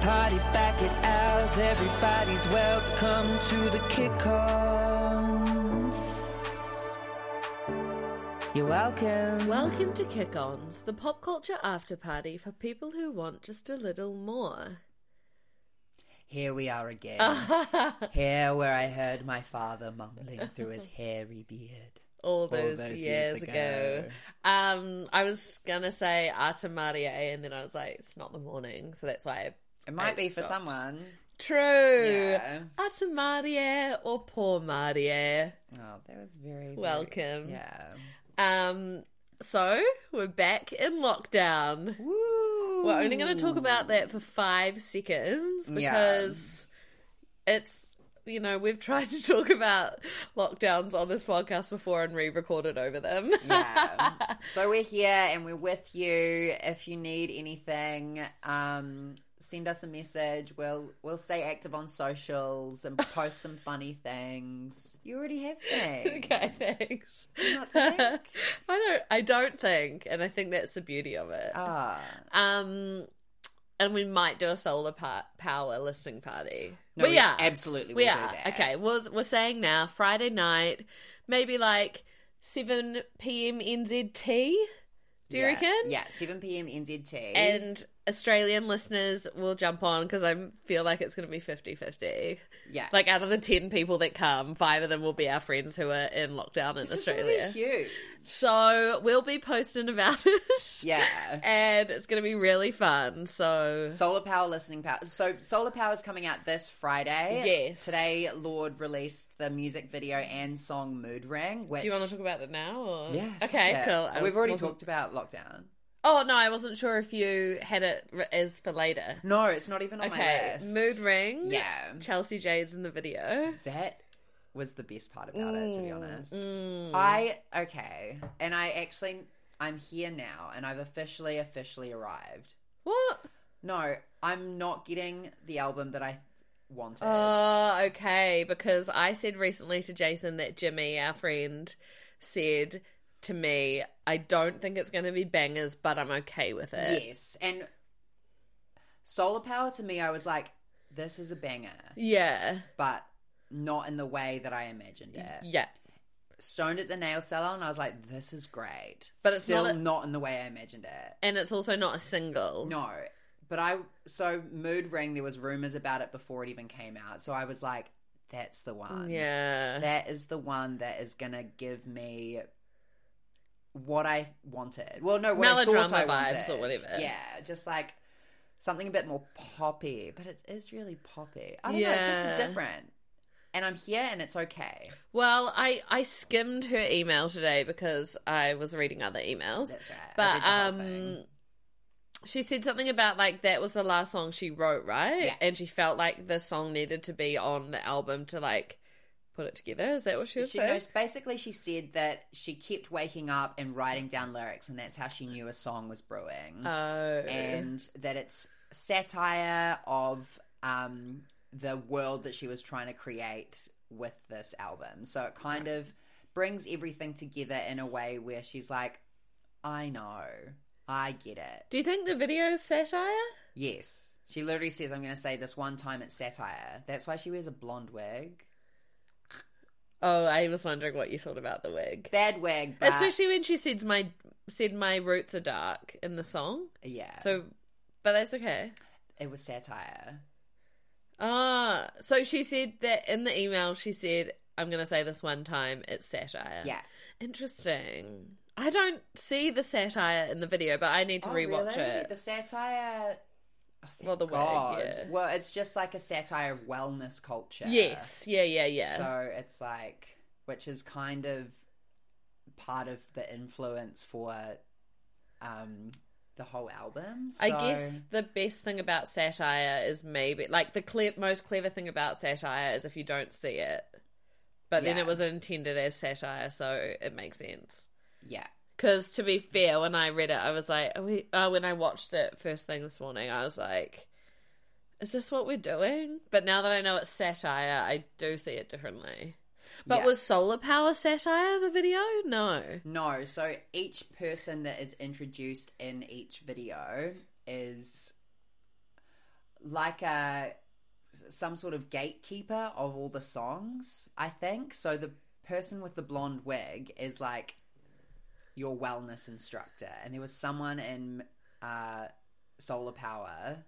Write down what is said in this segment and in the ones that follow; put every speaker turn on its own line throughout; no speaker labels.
Party back at ours, everybody's welcome to the Kick Ons. You're welcome.
Welcome to Kick Ons, the pop culture after party for people who want just a little more.
Here we are again. Here where I heard my father mumbling through his hairy beard.
All those,
those
years,
years
ago.
ago.
Um, I was gonna say Ata Maria, and then I was like, it's not the morning, so that's why. I...
It might be for
stopped.
someone.
True.
Yeah.
Ata Maria or Poor Maria.
Oh, that was very very-
Welcome.
yeah.
Um, so we're back in lockdown.
Woo.
We're only going to talk about that for five seconds
Yeah.
because it's, you know, we've tried to talk about lockdowns on this podcast before and re recorded over them.
yeah. So we're here and we're with you. If you need anything, um, send us a message. We'll we'll stay active on socials and post some funny things. You already have things.
okay, thanks.
not think?
I don't I don't think, and I think that's the beauty of it.
Ah.
Um and we might do a solar pa- power listening party.
No,
we are.
absolutely
We
will do
are.
that.
Okay. We're, we're saying now, Friday night, maybe like 7 p.m. NZT. Do you
Yeah.
reckon?
Yeah, 7 p.m. NZT.
And Australian listeners will jump on because I feel like it's going to be 50 50.
yeah.
Like, out of the 10 people that come, five of them will be our friends who are in lockdown in
This is gonna be
Australia.
huge.
So, we'll be posting about it.
Yeah.
And it's going to be really fun. So,
Solar Power listening power. So Solar Power is coming out this Friday.
Yes.
Today, Lord released the music video and song "Mood Ring." Which
do you want to talk about it now? Or?
Yeah. fuck
Okay,
yeah.
cool. I
We've
was-
already
wasn't-
talked about lockdown.
Oh no, I wasn't sure if you had it r- as for later.
No, it's not even on my
Okay,
list.
mood ring.
Yeah,
Chelsea Jade's in the video.
that was the best part about it.
Mm,
To be honest, I okay, and I actually I'm here now, and I've officially officially arrived.
What?
No, I'm not getting the album that I wanted.
Oh, okay. Because I said recently to Jason that Jimmy, our friend, said to me, "I don't think it's going to be bangers, but I'm okay with it."
Yes, and solar power to me, I was like, this is a banger,
Yeah.
but not in the way that I imagined
Yeah.
it. Stoned at the nail salon, and I was like, this is great,
But it's
still
not
not,
a-
in the way I imagined it.
And it's also not a single.
No, but I so mood ring. There was rumors about it before it even came out, so I was like, that's the one.
Yeah.
that is the one that is gonna give me. What I wanted. Well, no, what I thought I
Melodrama vibes
wanted.
or whatever.
Yeah, just like something a bit more poppy, but it is really poppy. I don't know. It's
Yeah.
just different. And I'm here, and it's okay.
Well, I I skimmed her email today because I was reading other emails.
That's right. I
But
read the whole
um
thing.
she said something about like that was the last song she wrote, right?
Yeah.
And she felt like this song needed to be on the album to like put it together. Is that what she was
she
saying?
knows. Basically, she said that she kept waking up and writing down lyrics, and that's how she knew a song was brewing.
Oh.
and that it's satire of um, the world that she was trying to create with this album. So it kind of brings everything together in a way where she's like, I know, I get it.
Do you think the video is satire?
Yes. She literally says, I'm going to say this one time it's satire. That's why she wears a blonde wig.
Oh, I was wondering what you thought about the wig.
Bad wig, but.
Especially when she said my said my roots are dark in the song.
yeah.
So but that's okay.
it was satire.
Ah, so she said that in the email. She said, "I'm going to say this one time. It's satire."
Yeah.
interesting. I don't see the satire in the video, but I need to
Oh,
rewatch
really?
it.
The satire. Oh, thank
Well, the wig,
God.
yeah.
Well, it's just like a satire of wellness culture.
Yes, yeah, yeah, yeah.
So it's like, which is kind of part of the influence for um, the whole album.
I
so-
guess the best thing about satire is maybe like the cle- most clever thing about satire is if you don't see it. But then
Yeah.
it was intended as satire, so it makes sense.
yeah,
Because to be fair, when I read it, I was like, oh, we, oh, when I watched it first thing this morning, I was like, is this what we're doing? But now that I know it's satire, I do see it differently. But
Yeah.
was solar power satire the video? No.
No, so each person that is introduced in each video is like a some sort of gatekeeper of all the songs, I think. So the person with the blonde wig is like your wellness instructor, and there was someone in uh, Solar Power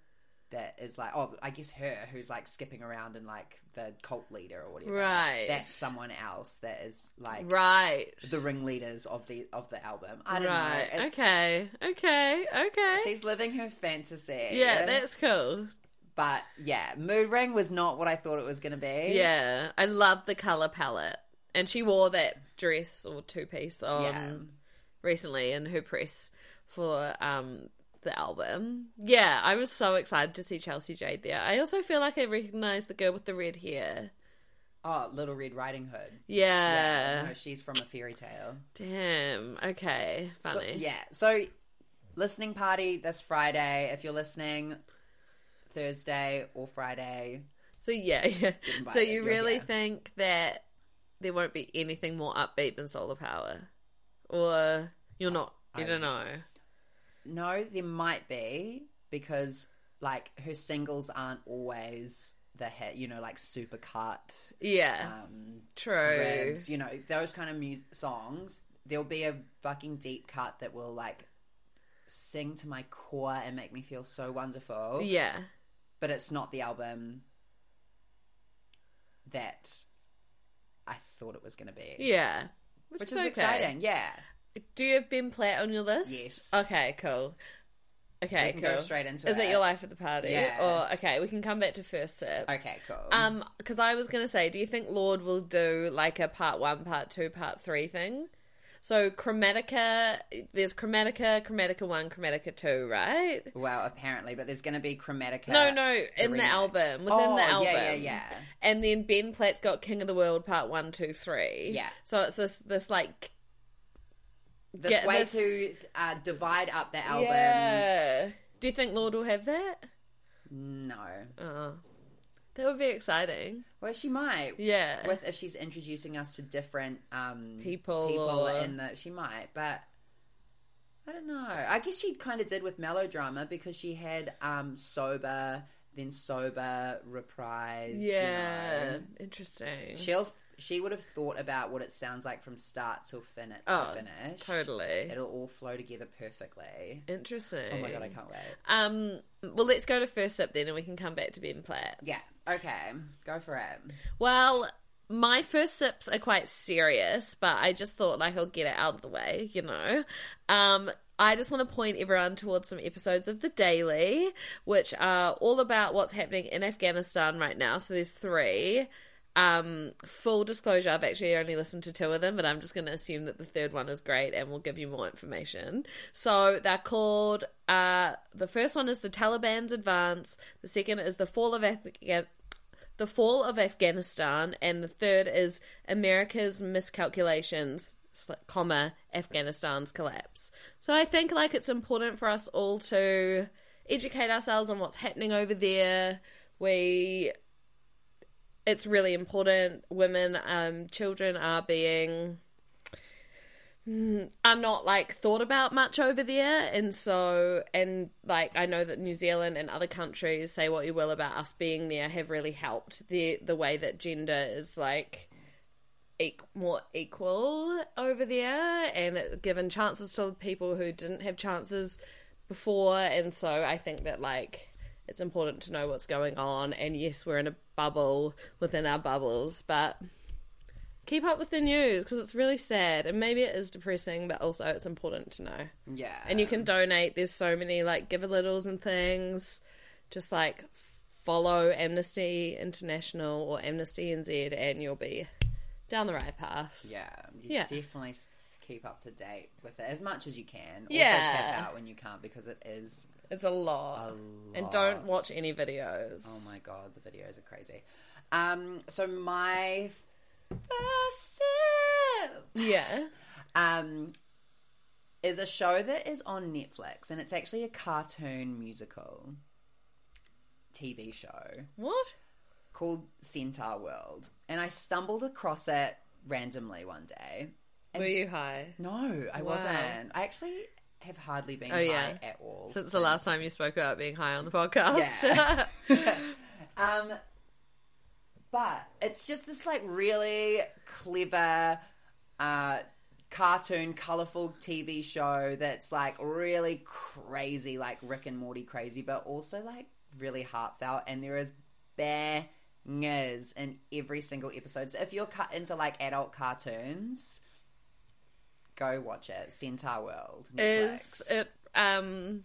that is like, oh, I guess her who's like skipping around and like the cult leader or whatever.
Right.
that's someone else that is like
right.
the ringleaders of the of the album. I don't
right.
know. It's-
Okay. Okay. Okay.
She's living her fantasy.
yeah, that's cool.
but yeah, mood ring was not what I thought it was going to be.
Yeah, I love the color palette, and she wore that dress or two piece on
Yeah.
recently in her press for um the album. Yeah, I was so excited to see Chelsea Jade there. I also feel like I recognize the girl with the red hair.
Oh, Little Red Riding Hood.
Uh, Yeah.
No, she's from a fairy tale.
Damn. Okay.
So,
Funny.
yeah. So, listening party this Friday. If you're listening, Thursday or Friday.
So yeah, yeah. So
invited,
you
you're
really
here.
think that there won't be anything more upbeat than solar power, or you're not? I
I-
don't know.
No, there might be because like her singles aren't always the hit. You know, like Supercut.
Yeah.
Um,
True.
ribs, you know, those kind of mu- songs, there'll be a fucking deep cut that will like sing to my core and make me feel so wonderful.
Yeah.
But it's not the album that I thought it was going to be.
Yeah.
Which is
okay.
exciting. Yeah.
Do you have Ben Platt on your list?
Yes.
Okay, cool.
We
Okay,
can
cool.
go straight into
Is
it.
it your life at the party?
Yeah.
Or okay, we can come back to first sip.
Okay, cool.
Um, because I was gonna say, do you think Lord will do like a part one, part two, part three thing? So Chromatica, there's Chromatica, Chromatica one, Chromatica two, right?
well, apparently, but there's going to be Chromatica.
No, no,
the
in the
remix.
album, within
Oh,
the album.
Yeah, yeah, yeah.
And then Ben Platt's got King of the World Part One, Two, Three.
Yeah.
So it's this this like
This
Get
way
this-
to uh, divide up the album.
Yeah. Do you think Lord will have that?
No.
Oh. That would be exciting.
Well, she might.
Yeah.
with if she's introducing us to different um
People
people
or-
in the she might but i don't know i guess she kind of did with melodrama because she had um sober then sober reprise you
yeah.
know.
Interesting.
she'll she would have thought about what it sounds like from start till finish
Oh,
to finish
totally.
it'll all flow together perfectly
Interesting.
oh my god i can't wait
Um well let's go to first up then and we can come back to Ben Platt.
yeah okay go for it
Well, my first sips are quite serious, but I just thought like I'll get it out of the way, you know. Um I just want to point everyone towards some episodes of The Daily, which are all about what's happening in Afghanistan right now. So there's three. Um, full disclosure, I've actually only listened to two of them, but I'm just going to assume that the third one is great and we'll give you more information. So they're called uh, the first one is the Taliban's Advance, the second is the Fall of Afghanistan. The Fall of Afghanistan, and the third is America's Miscalculations, sl- comma, Afghanistan's Collapse. So I think, like, it's important for us all to educate ourselves on what's happening over there. We, it's really important. Women, um, children are being are not like thought about much over there and so and like i know that new zealand and other countries say what you will about us being there have really helped the the way that gender is like eq- more equal over there and it, given chances to people who didn't have chances before and so i think that like it's important to know what's going on and yes we're in a bubble within our bubbles but keep up with the news because it's really sad and maybe it is depressing but also it's important to know
yeah
and you can donate there's so many like give a littles and things just like follow amnesty international or amnesty nz and you'll be down the right path
yeah you
Yeah.
definitely s- keep up to date with it as much as you can. Also
Yeah.
tap out when you can't because it is
It's a lot.
a
And don't
lot.
watch any videos.
Oh my god, the videos are crazy. Um, so my first sip,
Yeah.
um is a show that is on Netflix and it's actually a cartoon musical TV show
What?
called Centaur World. And I stumbled across it randomly one day.
Were you high?
No, I
Wow.
wasn't. I actually have hardly been
Oh,
high
yeah.
at all
Since the last time you spoke about being high on the podcast.
Yeah. Um, but it's just this like really clever, uh, cartoon, colorful TV show that's like really crazy, like Rick and Morty crazy, but also like really heartfelt. And there is bangers in every single episode. So if you're cut into like adult cartoons, go watch it. Centaur World.
is
Netflix.
it um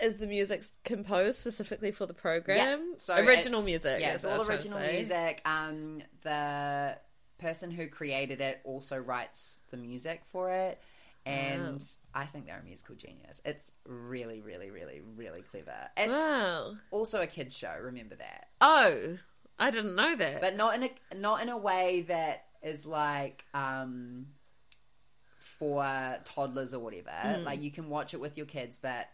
is the music composed specifically for the program?
Yeah. So
original
it's-
music.
Yeah,
is
it's
what I
all
was trying to
original
say.
music. Um, the person who created it also writes the music for it, and I think they're a musical genius. It's really, really, really, really clever. It's
Wow.
also a kids show. Remember that,
Oh, I didn't know that.
but not in a not in a way that is like um for toddlers or whatever.
Hmm.
Like you can watch it with your kids, but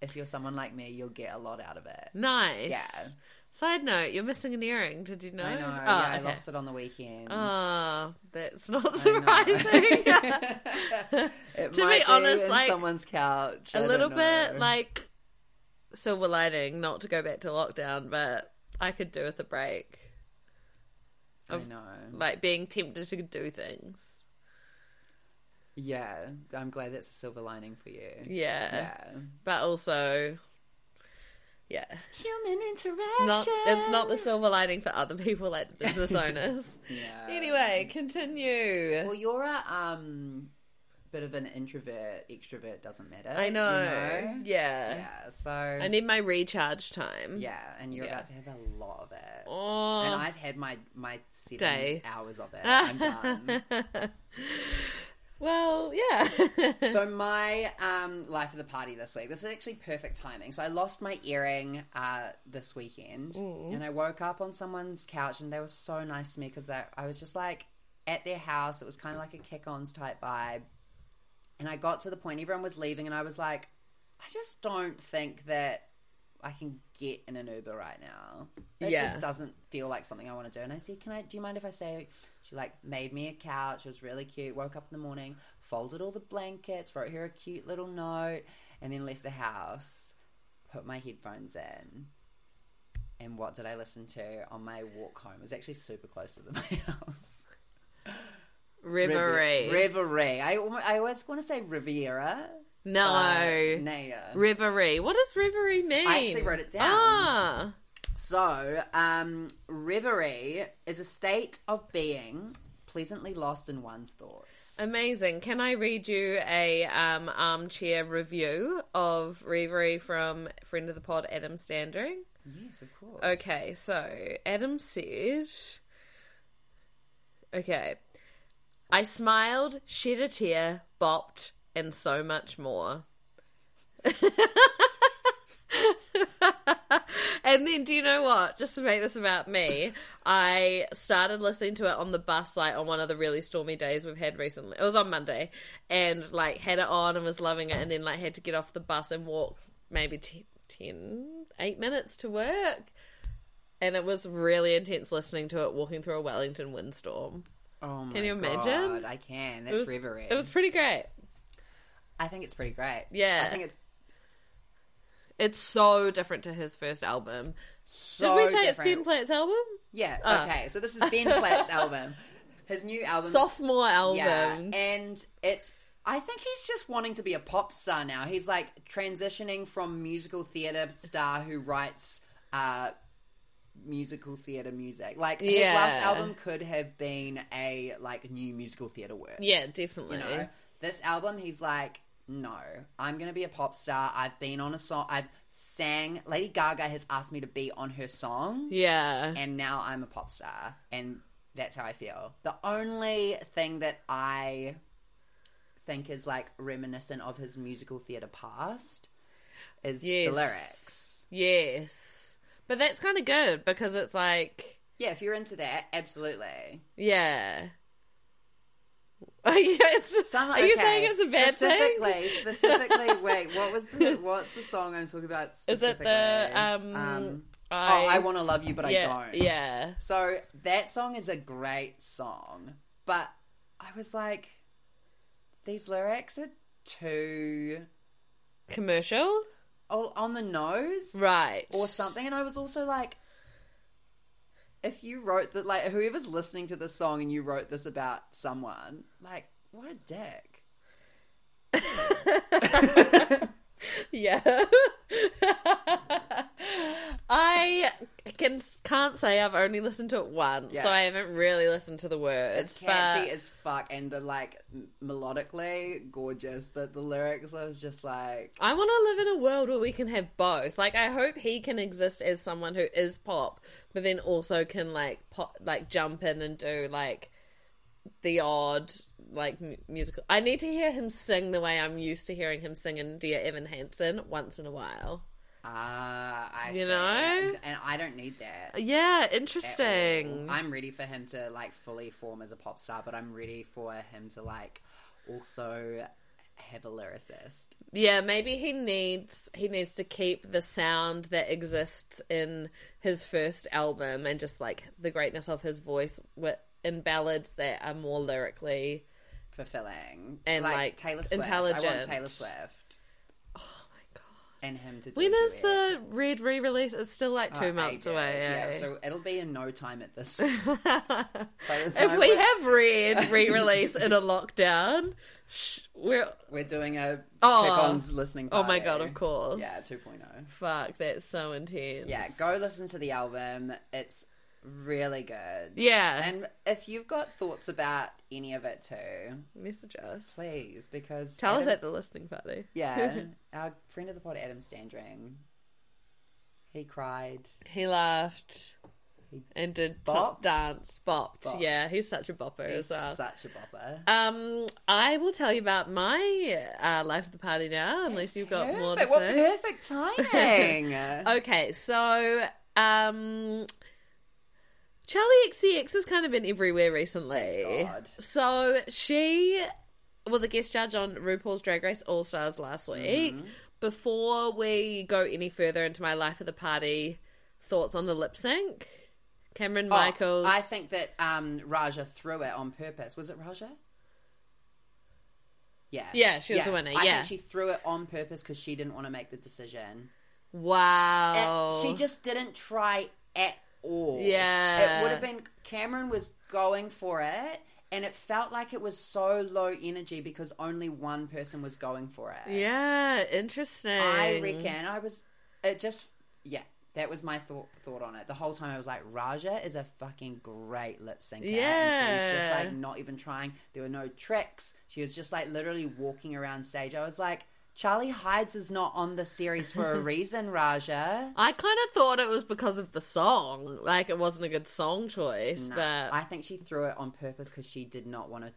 if you're someone like me, you'll get a lot out of it.
nice.
Yeah.
Side note, you're missing an earring. Did you know?
I know.
Oh,
yeah, I
okay.
lost it on the weekend.
Oh, that's not
I know.
surprising.
It
To be
might be
honest,
in
like,
someone's couch. I
a
don't
little bit
know.
like silver lining, not to go back to lockdown, but I could do with a break.
I
of-
know.
Like being tempted to do things.
Yeah, I'm glad that's a silver lining for you.
Yeah.
Yeah.
But also Yeah.
Human interaction.
It's not it's not the silver lining for other people like the business owners.
Yeah.
Anyway, continue.
Well, you're a um, bit of an introvert. Extrovert doesn't matter.
I know.
You know?
Yeah.
Yeah. So.
I need my recharge time.
yeah, and you're
Yeah.
about to have a lot of it.
Oh.
And I've had my my seven
Day.
hours of it. I'm done.
well, yeah.
so my um, life of the party this week. This is actually perfect timing. So I lost my earring uh, this weekend, and I woke up on someone's couch, and they were so nice to me because I was just like at their house. It was kind of like a kick-ons type vibe, and I got to the point everyone was leaving, and I was like, I just don't think that I can get in an Uber right now. It
Yeah.
just doesn't feel like something I want to do. And I said, Can I do you mind if I say she like made me a couch, it was really cute, woke up in the morning, folded all the blankets, wrote her a cute little note, and then left the house, put my headphones in. And what did I listen to on my walk home? It was actually super close to the, my house.
Reverie.
Reverie. I, almo- I always want to say Riviera.
no. Oh.
but Naya.
Reverie. What does reverie mean?
I actually wrote it down.
Ah.
So, um, reverie is a state of being pleasantly lost in one's thoughts.
Amazing. Can I read you a um, armchair review of Reverie from friend of the pod Adam Standing?
Yes, of course.
Okay, so Adam said, okay, I smiled, shed a tear, bopped, and so much more. and then, do you know what? Just to make this about me, I started listening to it on the bus, like on one of the really stormy days we've had recently. It was on Monday, and like had it on and was loving it, and then like had to get off the bus and walk maybe 10, 10 8 minutes to work. And it was really intense listening to it walking through a Wellington windstorm.
Oh my
Can you imagine?
God, I can.
It
That's
was,
reverie.
it was pretty great.
I think it's pretty great.
Yeah.
I think it's
It's so different to his first album.
so
Did we
different.
say it's Ben Ah. Platt's album?
Yeah. Okay. So this is Ben Platt's album. His new
Mm.
album.
Sophomore album.
Yeah, and it's. I think he's just wanting to be a pop star now. He's like transitioning from musical theater star who writes uh, musical theater music. Like his
Yeah.
last album could have been a like new musical theater work.
Yeah, definitely.
You know, this album, he's like, no, I'm gonna be a pop star. I've been on a song. I've sang. Lady Gaga has asked me to be on her song
Yeah.
and now I'm a pop star, and That's how I feel. The only thing that I think is like reminiscent of his musical theatre past is
Yes.
the lyrics.
Yes. But that's kind of good because it's like,
Yeah, if you're into that, absolutely.
yeah. yeah it's just,
Some,
Are
okay,
you saying it's a bad
specifically,
thing?
Specifically, wait, what was the what's the song I'm talking about?
Is it
Specifically?
the um?
oh, I want to love you, but
yeah,
I don't.
Yeah.
So that song is a great song, but I was like, these lyrics are too
Commercial.
all on the nose,
Right.
or something. And I was also like, if you wrote that, like, whoever's listening to this song and you wrote this about someone, like, what a dick.
Yeah. I can can't say I've only listened to it once,
Yeah.
so I haven't really listened to the words.
It's catchy
but
as fuck, and the like m- melodically gorgeous, but the lyrics, I was just like,
I want to live in a world where we can have both. Like, I hope he can exist as someone who is pop, but then also can like pop, like jump in and do like the odd like mu- musical. I need to hear him sing the way I'm used to hearing him sing in Dear Evan Hansen once in a while.
ah, I
You
see.
know?
and I don't need that.
Yeah,
at all.
interesting.
I'm ready for him to like fully form as a pop star, but I'm ready for him to like also have a lyricist.
Yeah, maybe he needs he needs to keep the sound that exists in his first album and just like the greatness of his voice wi- in ballads that are more lyrically.
fulfilling
And,
like,
like,
Taylor Swift. I want
intelligent. Oh,
Taylor Swift and him to. Do
When
a
is
duet.
the red re-release? It's still like
Uh,
two
ages,
months away.
Yeah,
eh?
so it'll be in no time at this. point. By the
if
time
we
we're-
have red re-release in a lockdown, sh- we're
we're doing a
Oh.
check-ons listening.
oh
Party.
my god, of course.
Yeah, 2.0.
Fuck, that's so intense.
Yeah, go listen to the album. It's really good.
Yeah, and
And if you've got thoughts about any of it too,
message us.
please, because
Tell us
Adam-
at the listening party.
Yeah, our friend of the pod, Adam Sandring. He cried.
He laughed and did
Bopped?
top dance, bopped.
Bopped.
Yeah, he's such a bopper
He's
as well.
such a bopper.
um, I will tell you about my uh, life of the party now, unless you've got more to
Perfect. What
say.
perfect timing.
Okay, so um, Charlie XCX has kind of been everywhere recently.
Thank God.
So she was a guest judge on RuPaul's Drag Race All Stars last week.
Mm-hmm.
Before we go any further into my life of the party, thoughts on the lip sync? Cameron
Oh,
Michaels.
I think that um, Raja threw it on purpose. Was it Raja? Yeah.
Yeah, she was the winner,
I
yeah.
think she threw it on purpose because she didn't want to make the decision. It-
Wow.
Eh, she just didn't try at all.
Yeah.
It would have been Cameron was going for it and it felt like it was so low energy because only one person was going for it.
Yeah, interesting.
I reckon I was. It just yeah. That was my thought thought on it. The whole time I was like, Raja is a fucking great lip syncer. And she was just
Yeah.
like not even trying. There were no tricks. She was just like literally walking around stage. I was like, Charlie Hides is not on the series for a reason, Raja.
I kind of thought it was because of the song. Like, it wasn't a good song choice,
Nah,
but
I think she threw it on purpose because she did not want to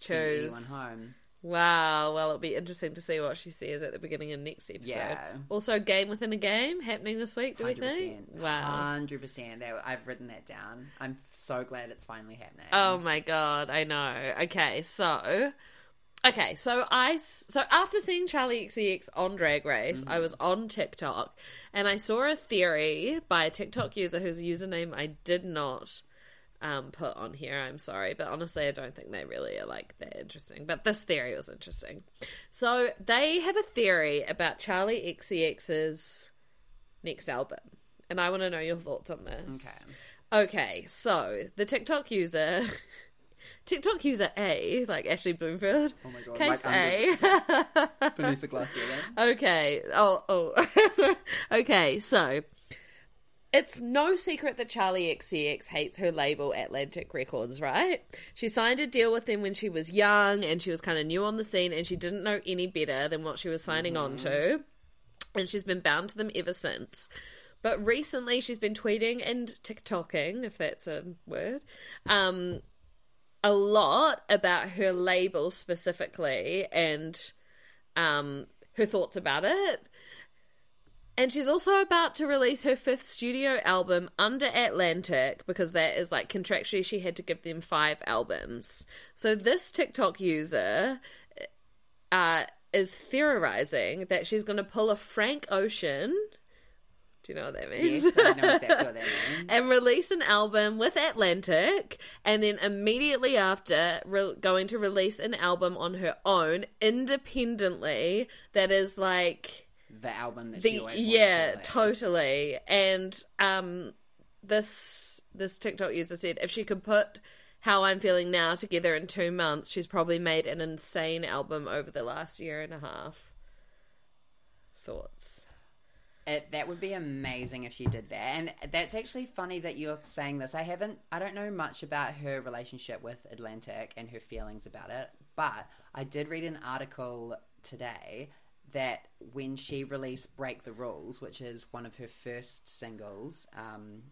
Choose.
send anyone home.
Wow, well, it'll be interesting to see what she says at the beginning of next episode.
Yeah.
Also, game within a game happening this week, do we think?
100%.
Wow.
100%. That- I've written that down. I'm so glad it's finally happening.
oh my god, I know. Okay, so. Okay, so I s- so after seeing Charlie XCX on Drag Race, I was on TikTok and I saw a theory by a TikTok user whose username I did not um, put on here. I'm sorry, but honestly, I don't think they really are like that interesting. But this theory was interesting. So they have a theory about Charlie XCX's next album, and I want to know your thoughts on this. Okay. Okay. So the TikTok user. TikTok user A, like Ashley Bloomfield. Oh
my God,
Case
like
A.
Beneath the glass ceiling.
Okay. Oh, oh. okay. So it's no secret that Charlie XCX hates her label Atlantic Records, right? She signed a deal with them when she was young and she was kind of new on the scene and she didn't know any better than what she was signing on to. And she's been bound to them ever since. But recently she's been tweeting and TikToking, if that's a word, um, a lot about her label specifically and um, her thoughts about it. And she's also about to release her fifth studio album under Atlantic because that is like contractually she had to give them five albums. So this TikTok user uh, is theorizing that she's going to pull a Frank Ocean. Do you know what that means?
Yes, I know exactly what that means.
and release an album with Atlantic, and then immediately after, re- going to release an album on her own independently that is like
the album that she
the
always wanted
yeah,
to release.
totally. And um, this this TikTok user said if she could put how I'm feeling now together in two months, she's probably made an insane album over the last year and a half. Thoughts.
It, that would be amazing if she did that. And that's actually funny that you're saying this. I haven't, I don't know much about her relationship with Atlantic and her feelings about it, but I did read an article today that when she released Break the Rules, which is one of her first singles um,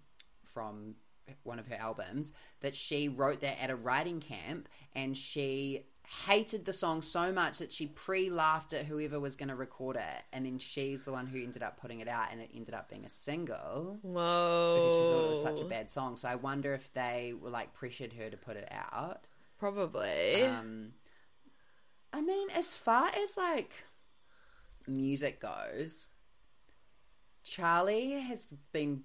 from one of her albums, that she wrote that at a writing camp and she hated the song so much that she pre-laughed at whoever was going to record it and then she's the one who ended up putting it out and it ended up being a single
Whoa.
because she thought it was such a bad song so i wonder if they were like pressured her to put it out
Probably.
um i mean as far as like music goes charlie has been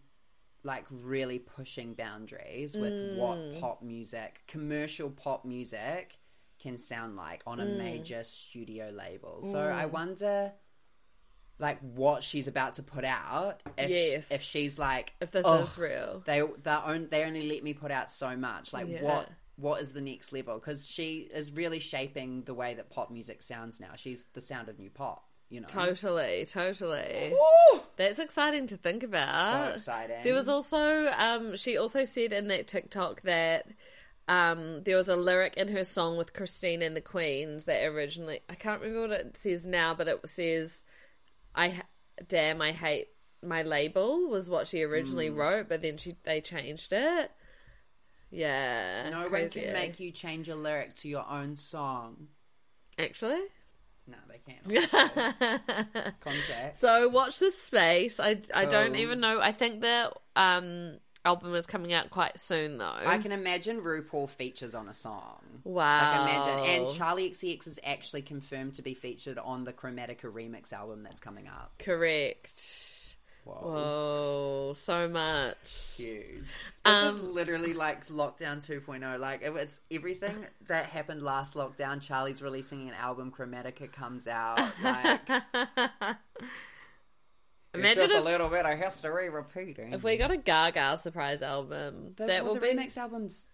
like really pushing boundaries with
Mm.
what pop music commercial pop music can sound like on
Mm.
a major studio label so i wonder like what she's about to put out if,
Yes.
if she's like
if this
"Ugh,
is real.
they they on, they only let me put out so much. Like
Yeah.
what what is the next level? Because she is really shaping the way that pop music sounds now. She's the sound of new pop. You know,
Totally, totally.
Woo!
That's exciting to think about.
so exciting.
Ah, There was also um she also said in that TikTok that um there was a lyric in her song with Christine and the Queens that originally I can't remember what it says now, but it says I ha- damn I hate my label was what she originally
Hmm.
wrote, but then she they changed it. Yeah.
no one
crazy, eh?
can make you change a lyric to your own song.
actually.
No, they can't. Contact.
So watch this space. I, I don't
Cool.
even know. I think the um album is coming out quite soon though.
I can imagine RuPaul features on a song.
wow.
Like imagine, and Charlie XCX is actually confirmed to be featured on the Chromatica remix album that's coming up.
correct.
Whoa.
Whoa, so much.
huge. This is
Um,
literally like lockdown 2.0. Like it- it's everything that happened last lockdown. Charlie's releasing an album. Chromatica comes out. Like
Imagine just a if-
little bit of history repeating.
if we got a Gaga surprise album, that will
the
be
remix albums.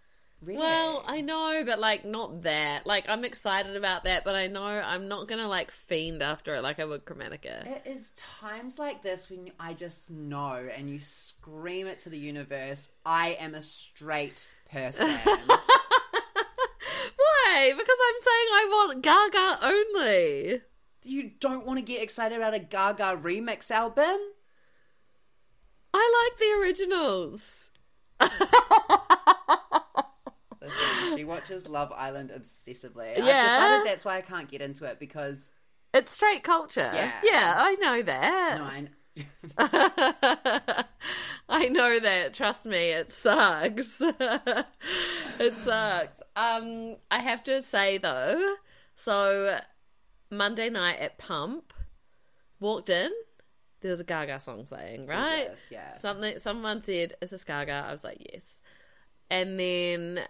Ready.
Well, I know, but like not that. Like I'm excited about that, but I know I'm not gonna like fiend after it like I would Chromatica.
It is times like this when I just know and you scream it to the universe I am a straight person.
Why? Because I'm saying I want Gaga only.
you don't want to get excited about a Gaga remix album?
I like the originals.
Listen, she watches Love Island obsessively.
Yeah.
I've decided that's why I can't get into it because
It's straight culture.
Yeah.
I know that.
no, I,
I know that. Trust me, it sucks. it sucks. Um, I have to say though, so Monday night at Pump, walked in. There was a Gaga song playing, right?
Gorgeous, yeah.
Something. Someone said, "Is this Gaga?" I was like, "Yes." And then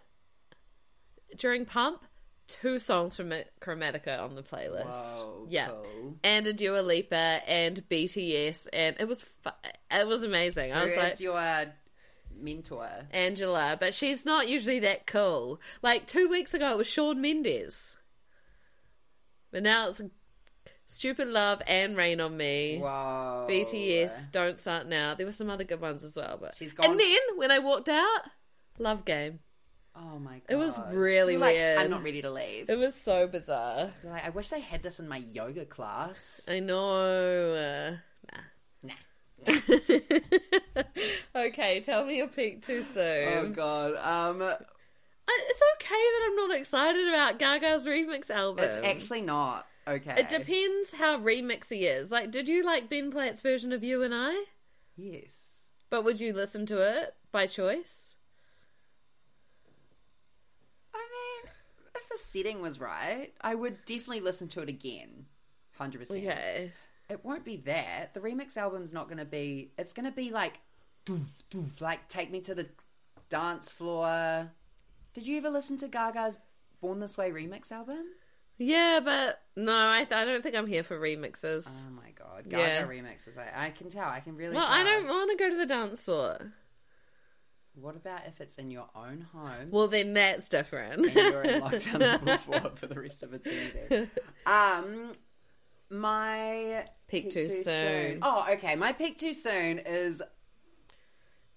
during Pump, two songs from Chromatica on the playlist.
Whoa,
yeah
cool.
and a Dua Lipa and BTS, and it was fu- it was amazing. I
who
was
is
like
your mentor?
Angela, but she's not usually that cool. Like two weeks ago, it was Sean Mendes, but now it's Stupid Love and Rain on Me.
Whoa,
BTS, Don't Start Now. There were some other good ones as well, but
She's gone-
And then when I walked out, Love Game.
Oh my god,
It was really
You're like,
weird.
I'm not ready to leave.
It was so bizarre.
You're like, I wish they had this in my yoga class.
I know. Uh, nah.
Nah,
okay, tell me your peak too soon.
Oh god. Um,
I, it's okay that I'm not excited about Gaga's remix album.
it's actually not okay.
um, It depends how remixy is. Like, did you like Ben Platt's version of You and I?
Yes.
But would you listen to it by choice?
I mean, if the setting was right, I would definitely listen to it again. Hundred percent.
Okay.
It won't be that. The remix album's not going to be. It's going to be like, doof, doof, like take me to the dance floor. Did you ever listen to Gaga's Born This Way remix album?
Yeah, but no, I, th- I don't think I'm here for remixes.
Oh my god, Gaga
Yeah.
remixes. I, I can tell. I can really.
well,
tell.
I don't want to go to the dance floor.
What about if it's in your own home?
Well, then that's different.
and you're in lockdown number four for the rest of eternity. Um, my
Peak too soon.
Oh, okay. My peak too soon is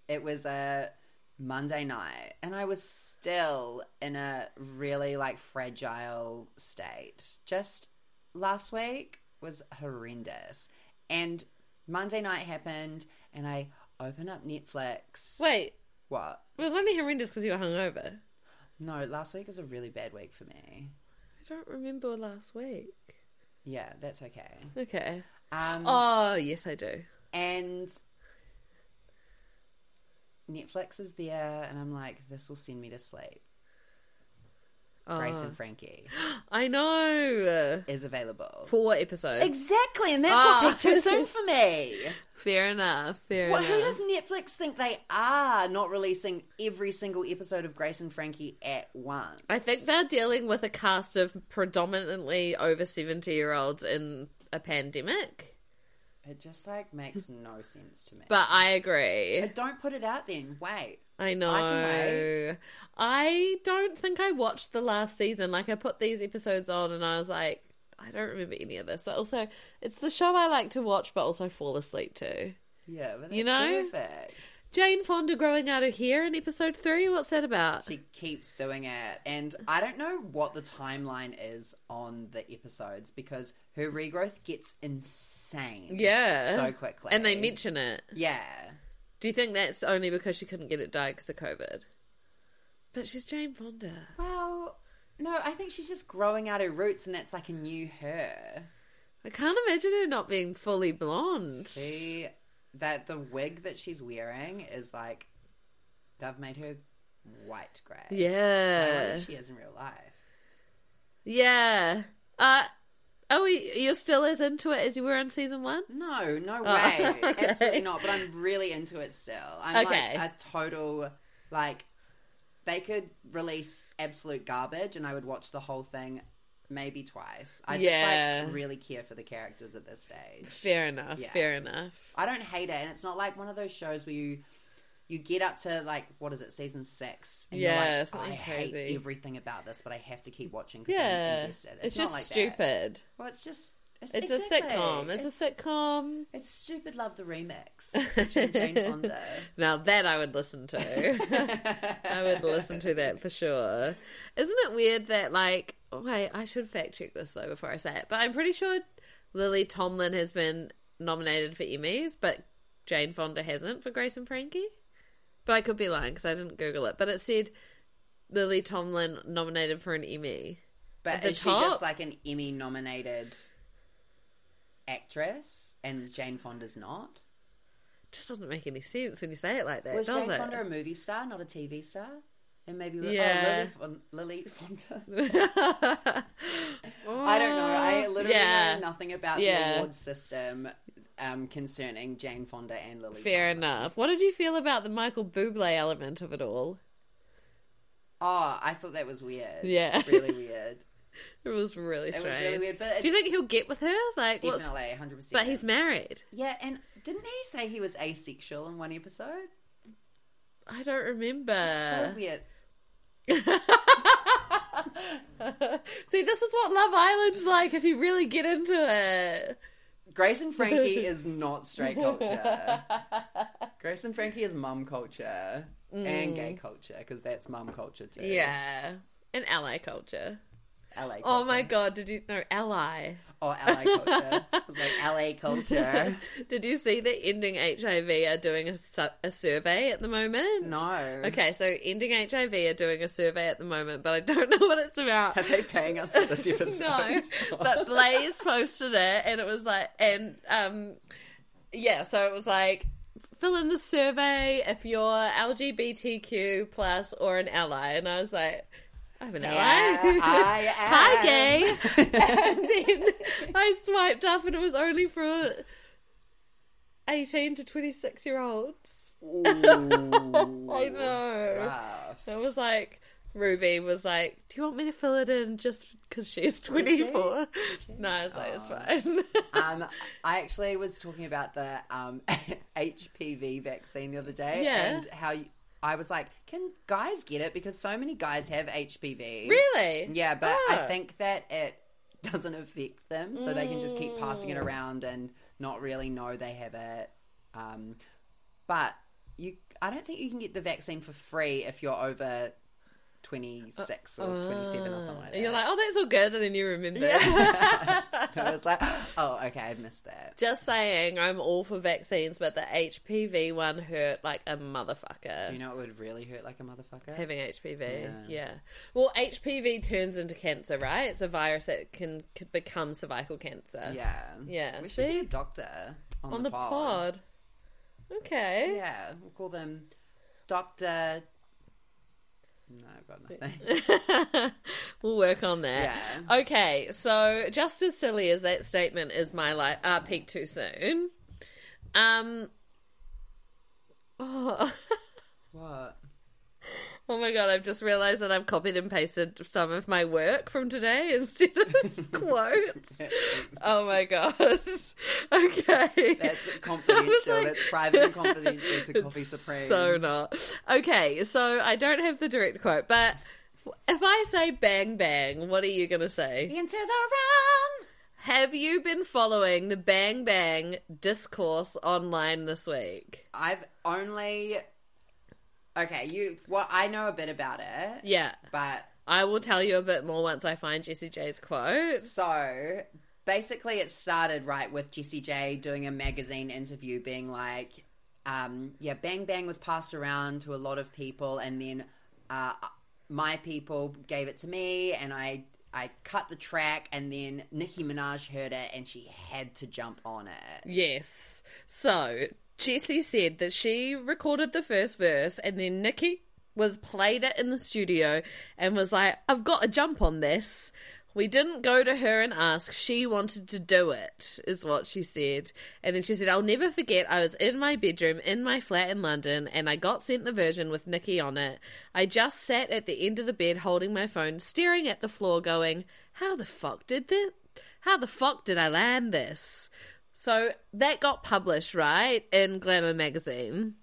it was a Monday night, and I was still in a really like fragile state. Just last week was horrendous, and Monday night happened, and I open up Netflix.
Wait,
What?
it was only horrendous because you were hungover.
No, last week was a really bad week for me.
I don't remember last week.
Yeah, that's okay.
Okay.
Um,
Oh, yes, I do.
and Netflix is there, and I'm like, this will send me to sleep. Grace
Oh.
and Frankie
I know.
is available.
Four episodes.
Exactly, and that's
Ah.
what peaked too soon for me.
fair enough. Fair
Well, who
enough.
does Netflix think they are not releasing every single episode of Grace and Frankie at once?
I think they're dealing with a cast of predominantly over 70 year olds in a pandemic.
it just like makes no sense to me.
But I agree.
But don't put it out then. Wait.
I know.
wait.
I don't think I watched the last season. Like, I put these episodes on and I was like, I don't remember any of this. But also, it's the show I like to watch, but also fall asleep to.
Yeah, but that's
You know?
perfect.
Jane Fonda growing out of here in episode three. What's that about?
She keeps doing it. And I don't know what the timeline is on the episodes because her regrowth gets insane.
Yeah.
So quickly.
and they mention it.
Yeah.
Do you think that's only because she couldn't get it died because of COVID? But she's Jane Fonda.
Well, no, I think she's just growing out her roots and that's like a new her.
I can't imagine her not being fully blonde.
She, that the wig that she's wearing is like, they've made her white grey. I wonder
Yeah.
if she is in real life.
Yeah. Uh, are we, you're still as into it as you were on season one?
No, no
Oh,
way.
okay.
Absolutely not. But I'm really into it still. I'm
Okay.
like a total like they could release absolute garbage and I would watch the whole thing maybe twice. I just
Yeah.
like really care for the characters at this stage.
Fair enough.
Yeah.
Fair enough.
I don't hate it and it's not like one of those shows where you you get up to like what is it, season six and
Yeah,
you're like,
something
I
crazy."
hate everything about this, but I have to keep watching because I'm
Yeah. It's,
invested. not
just
like that.
stupid.
Well it's just
It's
exactly.
a sitcom. It's, a sitcom.
It's Stupid Love the Remix. featuring Jane Fonda.
Now that I would listen to. I would listen to that for sure. Isn't it weird that like oh, wait, I should fact check this though before I say it. But I'm pretty sure Lily Tomlin has been nominated for Emmys, but Jane Fonda hasn't for Grace and Frankie. But I could be lying because I didn't Google it. But it said Lily Tomlin nominated for an Emmy.
But
At the
is she
top?
just like an Emmy nominated actress and Jane Fonda's not?
Just doesn't make any sense when you say it like that,
Was
does
Jane
it?
Fonda a movie star, not a TV star? And maybe Li- oh,
Yeah.
Lily, Fon- Lily Fonda. I don't know. I literally
Yeah.
know nothing about
Yeah.
the award system um, concerning Jane Fonda and Lily.
Fair
Tomlin.
enough. What did you feel about the Michael Bublé element of it all?
Oh, I thought that was weird.
Yeah.
really weird.
It was really
It was
strange.
really weird, but
Do
it's-
you think he'll get with her? Like, what's-
Definitely, hundred percent.
but he's married.
yeah, and didn't he say he was asexual in one episode?
I don't remember.
so weird.
See, this is what Love Island's like if you really get into it.
Grace and Frankie is not straight culture. Grace and Frankie is mum culture and
Mm.
gay culture because that's mum culture too.
Yeah. And ally culture.
LA. Culture.
Oh my god, did you know ally?
or LA culture. I was like, LA culture.
Did you see that Ending HIV are doing a, su- a survey at the moment?
No.
Okay, so Ending HIV are doing a survey at the moment, but I don't know what it's about.
Are they paying us for this episode?
no, but Blaze posted it, and it was like, and um, yeah, so it was like, fill in the survey if you're LGBTQ plus or an ally, and I was like. I'm an
Yeah,
ally.
I
Hi,
am.
gay. and then I swiped up, and it was only for 18 to 26 year olds.
Ooh,
I know.
rough.
It was like Ruby was like, "Do you want me to fill it in just because she's 24?" No, I was like, "It's fine."
Oh. Um, I actually was talking about the um, HPV vaccine the other day,
Yeah.
and how you, I was like, "Can guys get it?" Because so many guys have HPV.
really?
Yeah, but I
Oh.
think that it doesn't affect them, so they can just keep passing
Mm.
it around and not really know they have it. Um, but you, I don't think you can get the vaccine for free if you're over twenty six or twenty seven or something like that.
And Uh, you're like, "Oh, that's all good," and then you remember.
I was like, oh, okay, I've missed that.
Just saying, I'm all for vaccines, but the HPV one hurt like a motherfucker.
Do you know it would really hurt like a motherfucker?
Having HPV, yeah. Well, HPV turns into cancer, right? It's a virus that can, could become cervical cancer.
yeah,
Yeah,
We should
see?
be a doctor on,
On the pod. Okay.
Yeah, we'll call them Doctor. No, I've got nothing.
we'll work on that.
Yeah.
Okay, so just as silly as that statement is my life uh peak too soon. Um oh,
what?
oh my god, I've just realized that I've copied and pasted some of my work from today instead of quotes. Oh my god. Okay.
That's
I was
confidential.
like-
That's private and confidential to Coffee
It's
Supreme.
So not. Okay, so I don't have the direct quote, but if I say bang bang, what are you going to say?
Into the round.
Have you been following the bang bang discourse online this week?
I've only. Okay, you. Well, I know a bit about it,
Yeah.
but
I will tell you a bit more once I find Jessie J's quote.
So basically, it started right with Jessie J doing a magazine interview, being like, um, "Yeah, Bang Bang was passed around to a lot of people, and then uh, my people gave it to me, and I." I cut the track and then Nicki Minaj heard it and she had to jump on it.
Yes. So Jessie said that she recorded the first verse and then Nikki was played it in the studio and was like, I've got a jump on this. We didn't go to her and ask. She wanted to do it, is what she said. And then she said, I'll never forget. I was in my bedroom in my flat in London and I got sent the version with Nikki on it. I just sat at the end of the bed holding my phone, staring at the floor, going, How the fuck did that? How the fuck did I land this? So that got published, right, in Glamour magazine.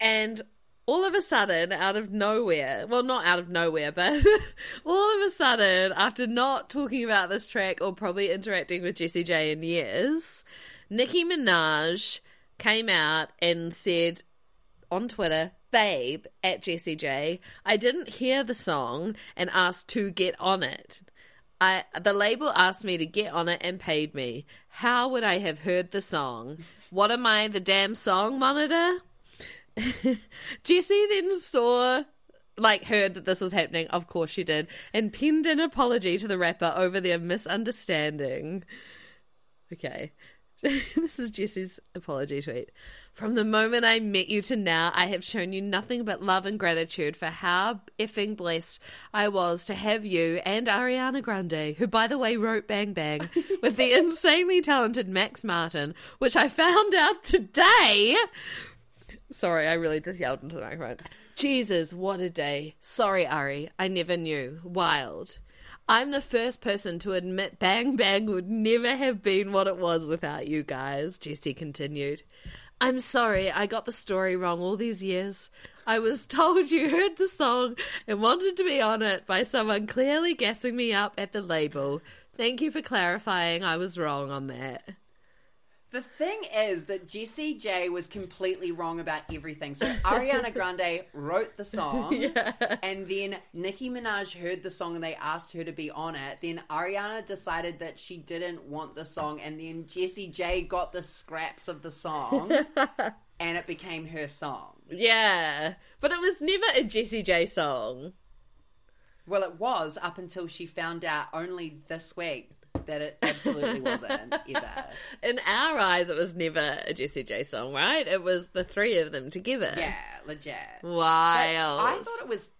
And all of a sudden, out of nowhere, well, not out of nowhere, but all of a sudden, after not talking about this track or probably interacting with Jessie J in years, Nicki Minaj came out and said, on Twitter, babe at Jessie J. I didn't hear the song and asked to get on it. I the label asked me to get on it and paid me. How would I have heard the song? What am I, the damn song monitor? Jessie then saw like heard that this was happening, of course she did, and pinned an apology to the rapper over their misunderstanding. Okay. this is Jessie's apology tweet. From the moment I met you to now, I have shown you nothing but love and gratitude for how effing blessed I was to have you and Ariana Grande, who, by the way, wrote Bang Bang with the insanely talented Max Martin, which I found out today. Sorry, I really just yelled into the microphone. Jesus, what a day. Sorry, Ari. I never knew. Wild. I'm the first person to admit Bang Bang would never have been what it was without you guys, Jesse continued. I'm sorry, I got the story wrong all these years. I was told you heard the song and wanted to be on it by someone clearly gassing me up at the label. Thank you for clarifying I was wrong on that.
The thing is that Jessie J was completely wrong about everything. So Ariana Grande wrote the song, and then Nicki Minaj heard the song and they asked her to be on it. Then Ariana decided that she didn't want the song, and then Jessie J got the scraps of the song, and it became her song.
Yeah. But it was never a Jessie J song.
Well, it was up until she found out only this week that it absolutely wasn't either.
In our eyes, it was never a Jessie J song, right? It was the three of them together.
Yeah, legit. But
Wild.
I thought it was.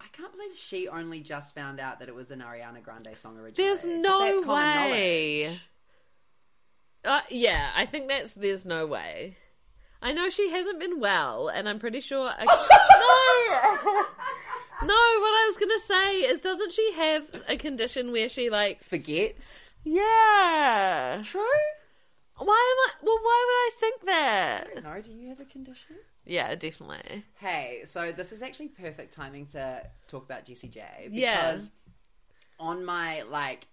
I can't believe she only just found out that it was an Ariana Grande song originally.
There's
'cause
no
that's common
way.
knowledge.
Uh, yeah, I think that's there's no way. I know she hasn't been well, and I'm pretty sure. I, no, no. What I was gonna say is, doesn't she have a condition where she like?
Forgets.
Yeah.
True.
Why am I? Well, why would I think that?
No, do you have a condition?
Yeah, definitely.
Hey, so this is actually perfect timing to talk about Jessie J
Yeah.
because on my like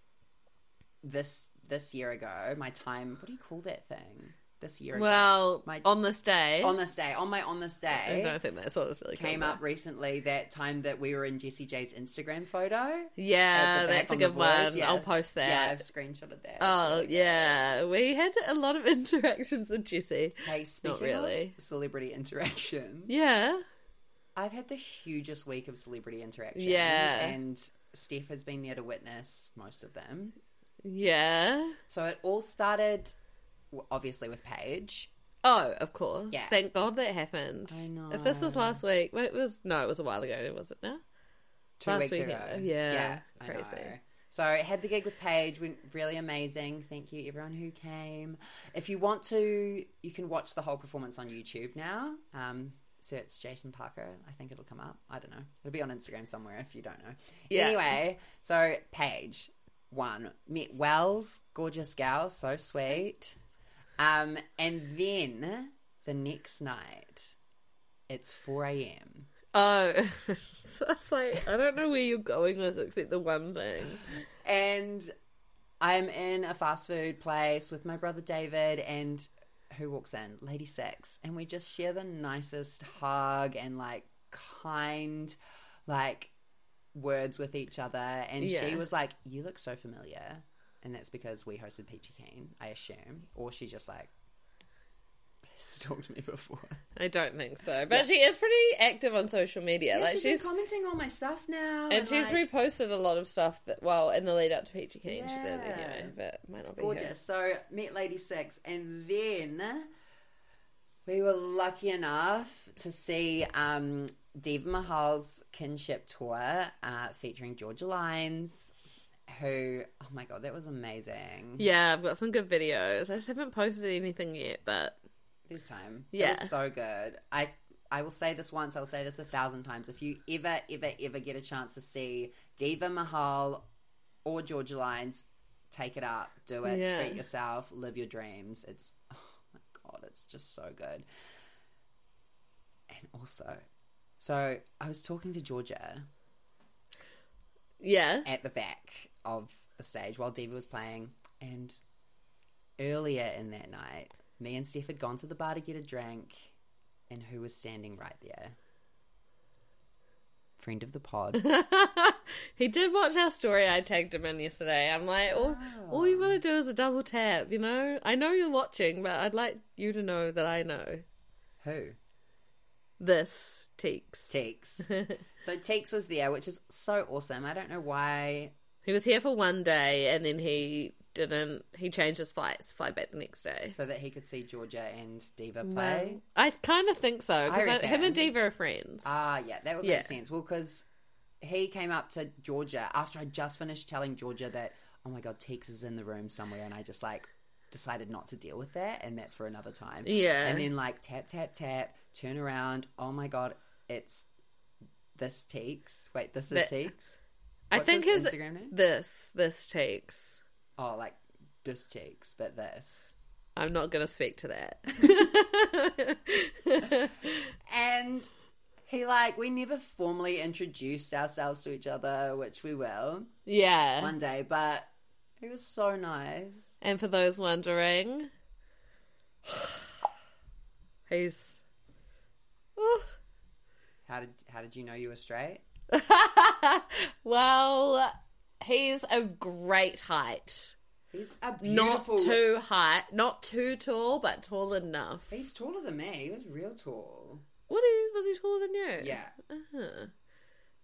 this this year ago, my time. What do you call that thing? This year ago.
Well,
My-
on this day,
on this day, on my on this
I
day,
don't think that's what it's really
came
called.
up recently that time that we were in Jessie J's Instagram photo. at
Yeah,
the back
Ah, that's a
on the
good
boys,
one. I'll
yes.
post that.
Yeah, I've screenshotted that.
Oh
It's really
yeah, we had a lot of interactions with Jesse.
good. Hey, speaking
really.
of celebrity interaction,
Yeah,
I've had the hugest week of celebrity interactions.
Yeah.
And Steph has been there to witness most of them.
yeah.
So it all started, w- obviously, with Paige.
Oh, of course.
Yeah.
Thank God that happened.
I know.
If this was last week, well, it was no, it was a while ago. Was it now?
Two
Last
weeks
week,
ago.
yeah. Yeah,
I
crazy.
know. So I had the gig with Paige, went really amazing. Thank you everyone who came. If you want to, you can watch the whole performance on YouTube now. Um, so it's Jason Parker. I think it'll come up. I don't know. It'll be on Instagram somewhere if you don't know.
Yeah.
Anyway, so Paige one met Wells, gorgeous gal, so sweet. Um, and then the next night, it's four a.m.
Oh, so it's like I don't know where you're going with except the one thing.
and I'm in a fast food place with my brother David and who walks in? Lady Six. And we just share the nicest hug and like kind like words with each other. And she
Yeah.
was like, You look so familiar. And that's because we hosted Peachy Keen, I assume. Or she just like stalked me before.
I don't think so, but she is pretty active on social media.
Yeah,
like
she's,
she's.
been commenting on my stuff now.
and she's
like,
reposted a lot of stuff that, well, in the lead up to Peachy Keen, she did
Yeah.
anyway, but might not be her.
gorgeous. So met Lady Six, and then we were lucky enough to see um, Deva Mahal's kinship tour uh, featuring Georgia Lines. Who? Oh my god, that was amazing.
Yeah, I've got some good videos. I just haven't posted anything yet, but
This time, It
Yeah.
was so good. I. I will say this once, I'll say this a thousand times. If you ever, ever, ever get a chance to see Diva Mahal or Georgia Lines, take it up, do it,
Yeah.
treat yourself, live your dreams. It's oh my god, it's just so good. And also, so I was talking to Georgia
yeah.
at the back of the stage while Diva was playing, and earlier in that night, me and Steph had gone to the bar to get a drink, and who was standing right there? Friend of the pod.
he did watch our story. I tagged him in yesterday. I'm like, all, all you want to do is a double tap, you know? I know you're watching, but I'd like you to know that I know
who?
this Teeks.
Teeks. so Teeks was there, which is so awesome. I don't know why
he was here for one day and then he didn't, he changed his flights, fly back the next day.
so that he could see Georgia and Diva play.
Well, I kind of think so
I
because him
reckon.
and Diva are friends.
Ah, yeah, that would
Yeah.
make sense. Well, because he came up to Georgia after I just finished telling Georgia that, oh my God, Tex is in the room somewhere, and I just like decided not to deal with that, and that's for another time.
Yeah.
And then like tap tap tap, turn around. Oh my God, it's this Tex. Wait, this is
That-
Tex.
I
what's
think
his
his
Instagram name?
this this Teeks.
Oh, like this Tex, but this.
I'm not going to speak to that.
And he like we never formally introduced ourselves to each other, which we will
yeah.
one day, but. He was so nice.
And for those wondering, Who's. Ooh.
How did how did you know you were straight?
well, he's a great height.
He's a beautiful.
Not too high, not too tall, but tall enough.
He's taller than me. He was real tall.
What is, was he taller than you?
Yeah,
Uh-huh.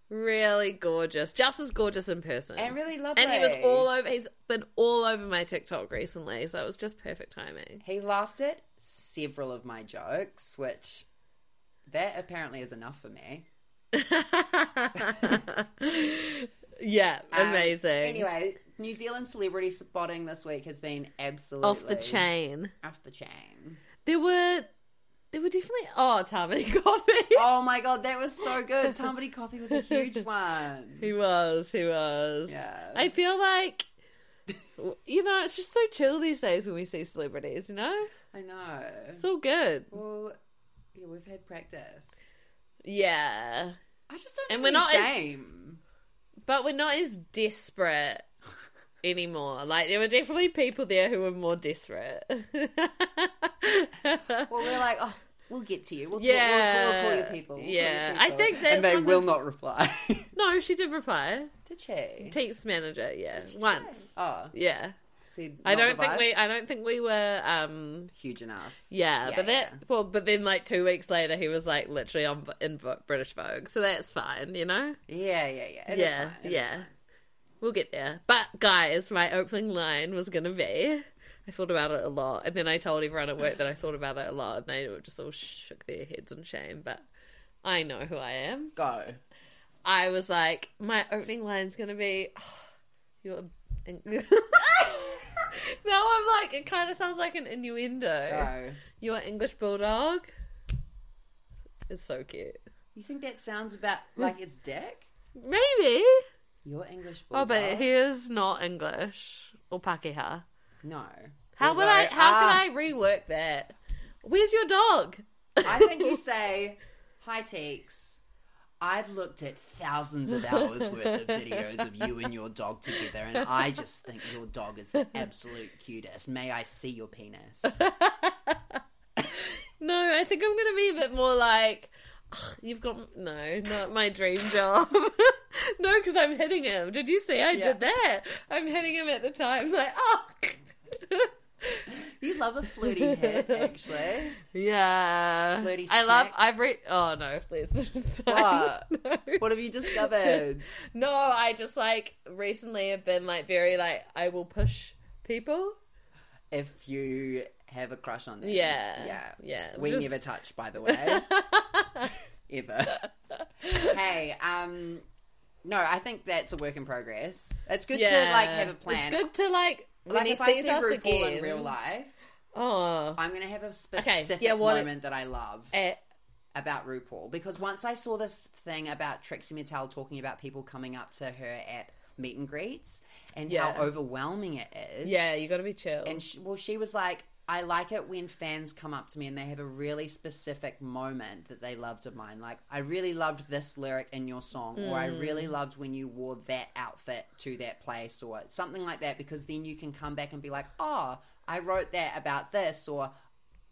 Really gorgeous, just as gorgeous in person.
and really lovely.
And he was all over. He's been all over my TikTok recently, so it was just perfect timing.
He laughed at several of my jokes, which that apparently is enough for me.
yeah,
Um,
amazing.
Anyway, New Zealand celebrity spotting this week has been absolutely
off the chain.
Off the chain.
There were, there were definitely. Oh, Tammany Coffee.
Oh my god, that was so good. Tambity Coffee was a huge one.
He was, he was.
Yes.
I feel like, you know, it's just so chill these days when we see celebrities, you know?
I know.
It's all good.
Well, yeah, we've had practice.
Yeah.
I just don't.
And
And
we're
we're
not as-
shame.
But we're not as desperate anymore. Like, there were definitely people there who were more desperate.
Well, we're like, oh, we'll get to you. We'll, yeah.
Yeah.
we'll, call your people. We'll call your
Yeah. I
people."
think that's
and they
one of-
will not reply.
no, she did reply.
Did she?
Teaks manager, yeah.
Did she
Once.
say? Oh,
Yeah.
said
I
not
don't think
replied?
we I don't think we were um
huge enough.
Yeah,
Yeah,
but that
yeah.
well, but then like two weeks later, he was like literally on in Vo- British Vogue, so that's fine, you know.
Yeah, yeah, yeah. It is
yeah,
fine, it is
yeah,
fine.
we'll get there. But guys, my opening line was gonna be, I thought about it a lot, and then I told everyone at work that I thought about it a lot, and they were just all shook their heads in shame. But I know who I am.
Go.
I was like, my opening line's gonna be, you're. now I'm like, it kind of sounds like an innuendo.
Go.
Your English bulldog is so cute.
You think that sounds about like it's dick?
Maybe.
Your English
Oh,
bulldog.
but he is not English or Pakeha.
no.
How would I?
Although-
How
Ah,
can I rework that? Where's your dog?
I think you say, "Hi, Teeks. I've looked at thousands of hours worth of videos of you and your dog together, and I just think your dog is the absolute cutest. May I see your penis?
No, I think I'm gonna be a bit more like. "Ugh, You've got no, not my dream job. no, because I'm hitting him. Did you see? I
Yeah.
did that. I'm hitting him at the time. Like, oh,
You love a flirty hit, actually.
yeah.
Flirty
I love.
snack.
I've read. Oh no, please. It's fine.
What?
No.
What have you discovered?
No, I just like recently have been like very like I will push people.
If you have a crush on them,
Yeah.
yeah,
Yeah.
We
Just-
never touch, by the way. Ever. hey, um no, I think that's a work in progress. It's good to like have a plan.
It's good to like when
like
he
if I
sees
see
us
RuPaul
again.
in real life,
Oh,
I'm gonna have a
yeah,
specific
what-
moment that I love
eh,
about RuPaul because once I saw this thing about Trixie Mattel talking about people coming up to her at meet and greets and
Yeah.
how overwhelming it is.
yeah, you got to be chill.
And she, well, she was like, I like it when fans come up to me and they have a really specific moment that they loved of mine. Like, I really loved this lyric in your song, or I really
Mm.
loved when you wore that outfit to that place, or something like that, because then you can come back and be like, oh, I wrote that about this, or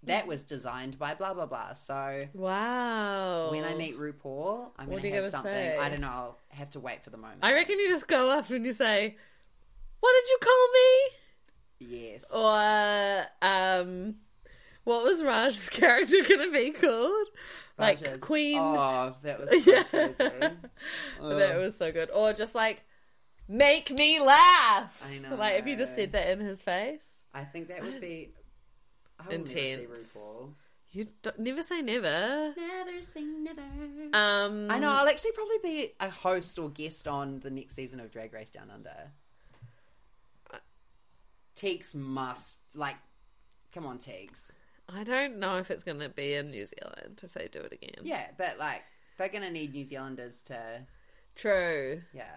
that was designed by blah, blah, blah. So.
wow.
When I meet RuPaul, I'm going
What are
to
you
have
gonna
something.
say?
I don't know. I'll have to wait for the moment.
I reckon you just go up and you say, "What did you call me?"
yes.
Oh, Or um, what was Raj's character gonna be called? Like
Vouchers.
Queen.
Oh, that was so
Yeah.
crazy.
That was so good. Or just like, make me laugh.
I know.
Like if you just said that in his face,
I think that would be I will Never
Intense.
say RuPaul.
you d never say never.
Never say never.
Um,
I know. I'll actually probably be a host or guest on the next season of Drag Race Down Under. Teeks must like. Come on, Teeks.
I don't know if it's gonna be in New Zealand if they do it again.
Yeah, but like they're gonna need New Zealanders to.
True.
Yeah.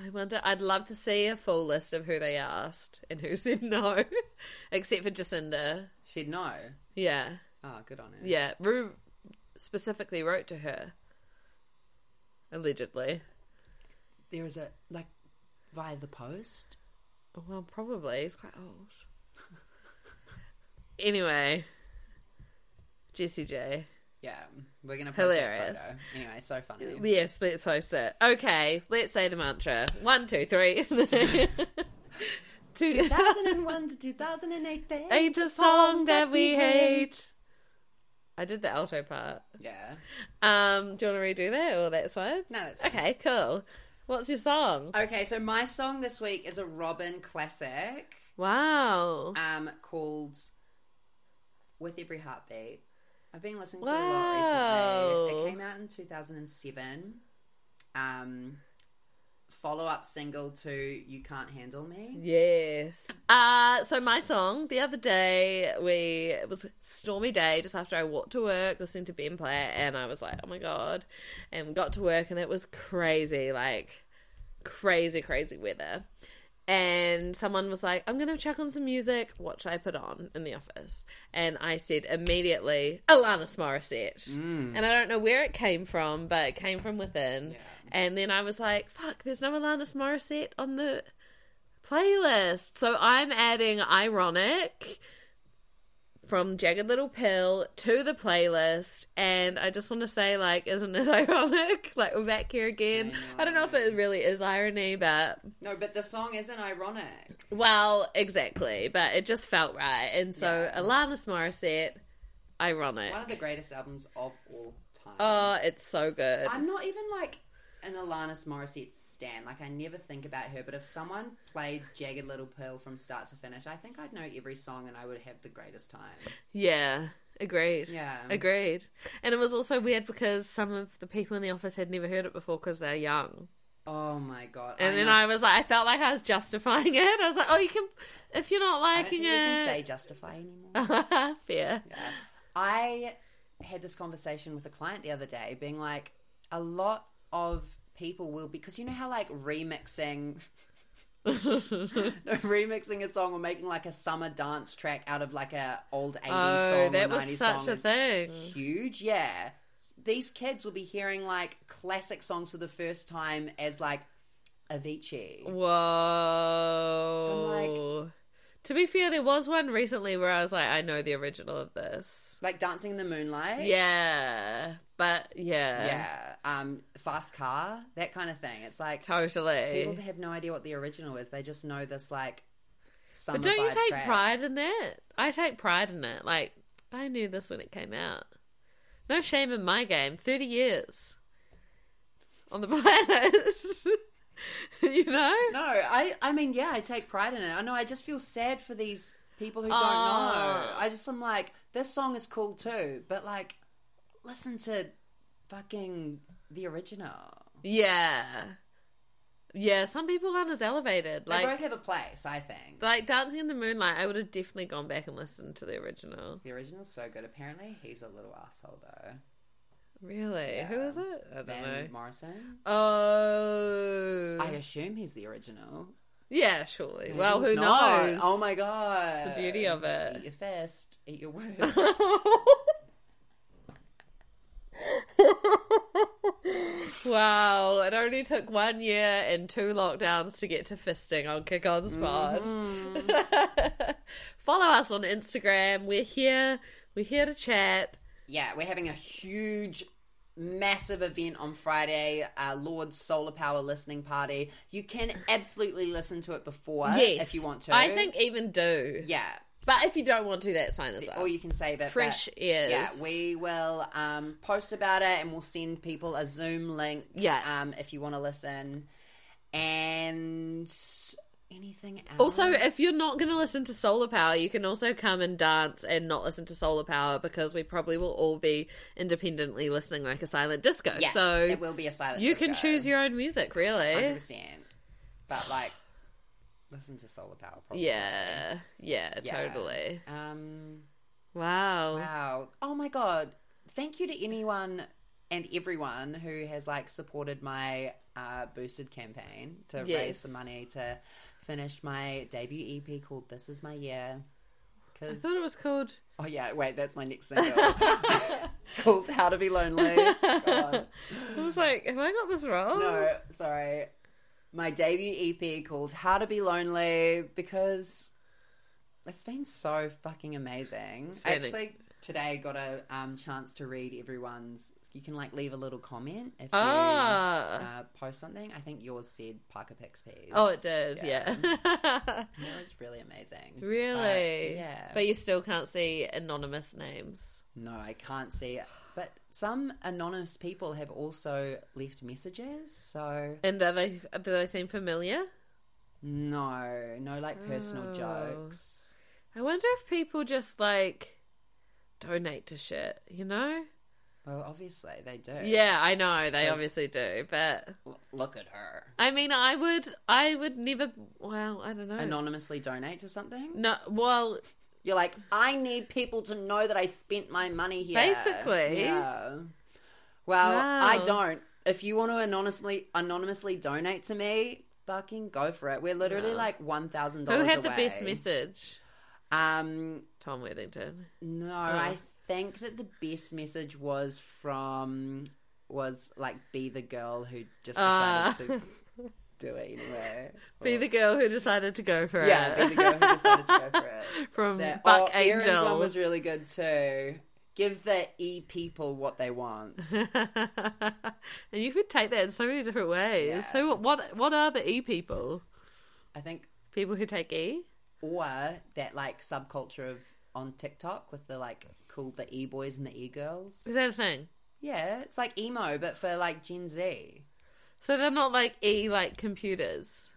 I wonder. I'd love to see a full list of who they asked and who said no, except for Jacinda.
She'd know.
Yeah,
Oh, good on her.
yeah. Rue specifically wrote to her, allegedly.
There is a like via the post.
Well, probably. He's quite old. Anyway, Jessie J.
Yeah, we're gonna post
Hilarious.
that photo. Anyway, so funny.
Yes, let's post it. Okay, let's say the mantra. One, two, three. two,
2001 to 2008. they
ain't a song that we hate. I did the alto part.
Yeah.
Um, do you want to redo that, or that's fine?
No, that's fine.
Okay, cool. What's your song?
Okay, so my song this week is a Robin classic
Wow.
um, called With Every Heartbeat. I've been listening to it a lot
Wow.
recently. It came out in 2007. Um, follow up single to You Can't Handle Me.
Yes. Uh so my song the other day we it was a stormy day just after I walked to work listening to Ben play it, and I was like oh my god and we got to work and it was crazy like crazy crazy weather and someone was like I'm gonna check on some music what should I put on in the office and I said immediately Alanis Morissette and I don't know where it came from but it came from within and then I was like fuck there's no Alanis Morissette on the playlist. So I'm adding Ironic from Jagged Little Pill to the playlist. And I just want to say, like, isn't it ironic? Like, we're back here again. I,
I
don't know if it really is irony, but
No, but the song isn't ironic.
well, exactly. But it just felt right. And so
Yeah.
Alanis Morissette, Ironic.
One of the greatest albums of all time.
Oh, it's so good.
I'm not even like an Alanis Morissette stan. Like I never think about her, but if someone played Jagged Little Pill from start to finish, I think I'd know every song and I would have the greatest time.
yeah. Agreed.
Yeah.
Agreed. And it was also weird because some of the people in the office had never heard it before because they're young.
Oh my god.
And then
know.
I was like, I felt like I was justifying it. I was like, oh, you can, if you're not
I don't think
liking
we can
it.
say justify anymore.
Fair.
Yeah. I had this conversation with a client the other day, being like, a lot of people will because you know how like remixing no, remixing a song or making like a summer dance track out of like a old 80s
oh,
song or
that
90s
was such
song
a
is
thing.
huge yeah these kids will be hearing like classic songs for the first time as like avicii
Whoa. to be fair, there was one recently where I was like, I know the original of this.
like dancing in the moonlight
Yeah. But yeah.
yeah um fast car that kind of thing it's like people
Totally.
have no idea what the original is they just know this like summer
But don't you
vibe
take
track.
pride in that? I take pride in it. Like, I knew this when it came out. No shame in my game. 30 years on the planet. you know?
no i i mean yeah i take pride in it i know i just feel sad for these people who don't
Oh.
know i just am like this song is cool too but like listen to fucking the original
Yeah. Yeah, some people aren't as elevated.
They
Like
both have a place, I think.
like Dancing in the Moonlight, I would have definitely gone back and listened to the original.
The original's so good. Apparently, he's a little asshole though.
Really? Who is it? I don't
Van
know.
Morrison.
Oh.
I assume he's the original.
yeah, surely.
Maybe
well,
he's
who
not.
knows?
Oh my god! That's
the beauty of it.
Eat your fist. Eat your words.
wow, it only took one year and two lockdowns to get to fisting on Kick On Spot.
Mm-hmm.
Follow us on Instagram. We're here. We're here to chat.
yeah, we're having a huge. Massive event on Friday, uh, Lord's Solar Power Listening Party. You can absolutely listen to it before
yes.
if you want to.
I think even do.
yeah,
But if you don't want to, that's fine as well.
or you can say that
Fresh
that,
ears.
Yeah, we will um, post about it and we'll send people a Zoom link.
Yeah.
Um, if you want to listen. And anything else?
Also, if you're not going to listen to Solar Power, you can also come and dance and not listen to Solar Power because we probably will all be independently listening like a silent disco.
yeah,
so
it will be a silent.
you can choose your own music,
hundred
really.
percent. But like, listen to Solar Power. Probably.
Yeah, yeah,
Yeah.
totally.
Um.
Wow.
Wow. Oh my god. Thank you to anyone and everyone who has like supported my uh, boosted campaign to raise
Yes.
some money to finish my debut EP called "This Is My Year."
I
Because
thought it was called.
oh yeah, wait, that's my next single. it's called "How to Be Lonely." God.
I was like, have I got this wrong?
No, sorry. E My debut EP called "How to Be Lonely" because It's been so fucking amazing.
It's
I
been-
actually today got a um, chance to read everyone's. You can like leave a little comment if you
Ah.
uh, post something. I think yours said Parker Picks Peas.
Oh, it did, yeah.
And it was really amazing. But,
really?
yeah.
But you still can't see anonymous names.
No, I can't see it. But some anonymous people have also left messages. So
And are they, do they seem familiar?
no, no like personal
Oh.
jokes.
I wonder if people just like donate to shit, you know?
Well, obviously they do.
Yeah, I know. They
Yes.
obviously do. But
L- look at her.
I mean, I would, I would never, well, I don't know.
Anonymously donate to something.
no, well,
You're like, I need people to know that I spent my money here.
Basically.
Yeah. Well,
Wow.
I don't. If you want to anonymously anonymously donate to me, fucking go for it. We're literally
Yeah.
like one thousand
who
dollars.
had the best message?
Um,
Tom Worthington.
no, I think that the best message was from was like be the girl who just decided
Ah.
to do it anyway.
Be the girl who decided to go for
yeah,
it.
be the girl who decided to go for it.
From
That-
Buck
oh, Aaron's
Angel.
one was really good too. Give the e people what they want.
and you could take that in so many different ways.
Yeah.
So what what are the E people?
I think,
People who take E?
or that like subculture of on TikTok with the like cool the e boys and the e girls.
Is that a thing?
Yeah, it's like emo, but for like Gen Z.
So they're not like E like computers.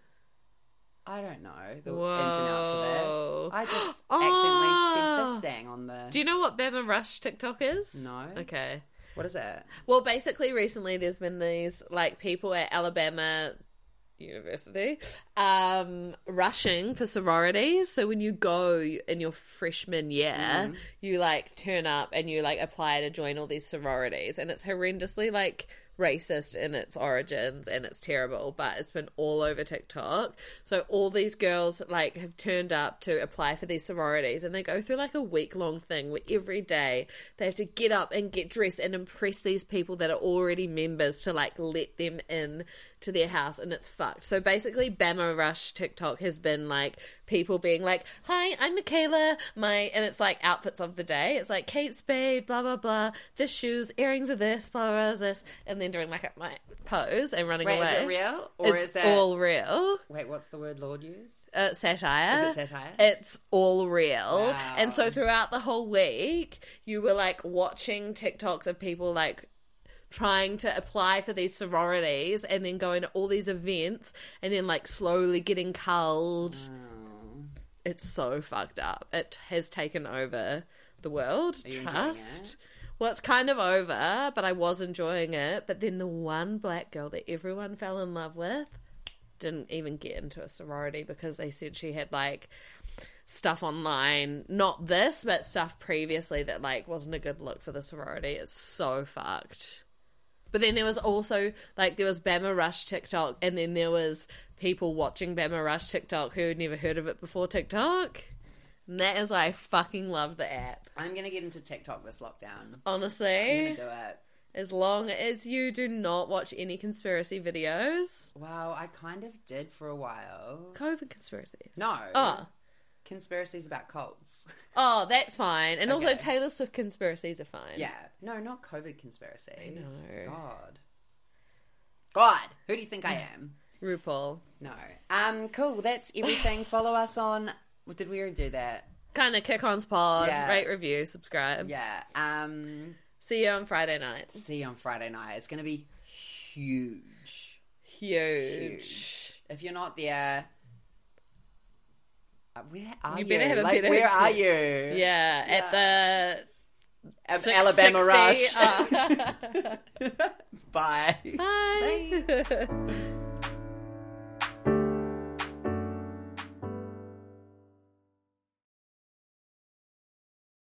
I don't know the ins and outs of it.
Whoa.
I just
Oh.
accidentally said fisting on the.
Do you know what Bama Rush TikTok is?
No.
Okay.
What is it?
Well, basically, recently there's been these like people at Alabama University um, rushing for sororities. So when you go in your freshman year, you like turn up and you like apply to join all these sororities, and it's horrendously like racist in its origins and it's terrible but it's been all over TikTok so all these girls like have turned up to apply for these sororities and they go through like a week long thing where every day they have to get up and get dressed and impress these people that are already members to like let them in to their house and it's fucked. So basically Bama Rush TikTok has been like people being like, Hi, I'm Michaela, my and it's like outfits of the day. It's like Kate Spade, blah blah blah, this shoes, earrings are this, blah blah, blah this and then doing like a my pose and running
Wait,
away.
is it real or
it's
is it?
all real.
Wait, what's the word Lord used?
Uh, satire.
Is it satire?
It's all real.
Wow.
And so throughout the whole week, you were like watching TikToks of people like trying to apply for these sororities and then going to all these events and then like slowly getting culled.
Oh.
It's so fucked up. It has taken over the world.
you enjoying
Trust. Well, it's kind of over, but I was enjoying it. But then the one black girl that everyone fell in love with didn't even get into a sorority because they said she had like stuff online, not this, but stuff previously that like wasn't a good look for the sorority. It's so fucked. But then there was also like there was Bama Rush TikTok, and then there was people watching Bama Rush TikTok who had never heard of it before TikTok. And that is why I fucking love the app.
I'm gonna get into TikTok this lockdown. I'm
Honestly,
gonna do it.
as long as you do not watch any conspiracy videos,
Wow, I kind of did for a while.
COVID conspiracies.
No.
Oh,
Conspiracies about cults.
oh, that's fine. And also
Okay.
Taylor Swift conspiracies are fine.
yeah. No, not COVID conspiracies.
know.
God. God, who do you think I am?
RuPaul.
No. Um, cool. That's everything. Follow us on. well, Did we already do that?
Kind of kick on's pod.
Yeah.
Rate, review, subscribe.
Yeah. Um,
See you on Friday night.
see you on Friday night. It's going to be huge.
Huge.
Huge. If you're not there, uh, where are you?
You better have a
like,
better
where are you?
Yeah, at the
Ab-
Six- Uh,
Alabama
60.
Rush.
Ah.
Bye.
Bye.